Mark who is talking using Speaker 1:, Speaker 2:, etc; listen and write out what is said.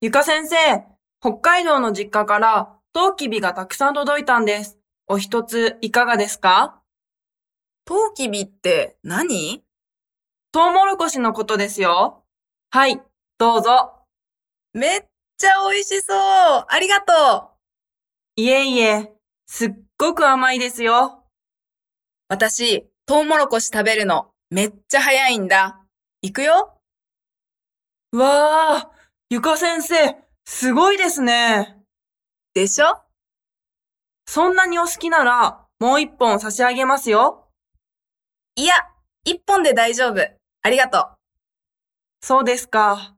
Speaker 1: ゆか先生、北海道の実家からトウキビがたくさん届いたんです。お一ついかがですか
Speaker 2: トウキビって何
Speaker 1: トウモロコシのことですよ。はい、どうぞ。
Speaker 2: めっちゃ美味しそうありがとう
Speaker 1: いえいえ、すっごく甘いですよ。
Speaker 2: 私、トウモロコシ食べるのめっちゃ早いんだ。行くよ
Speaker 1: うわあ、ゆか先生、すごいですね。
Speaker 2: でしょ
Speaker 1: そんなにお好きなら、もう一本差し上げますよ。
Speaker 2: いや、一本で大丈夫。ありがとう。
Speaker 1: そうですか。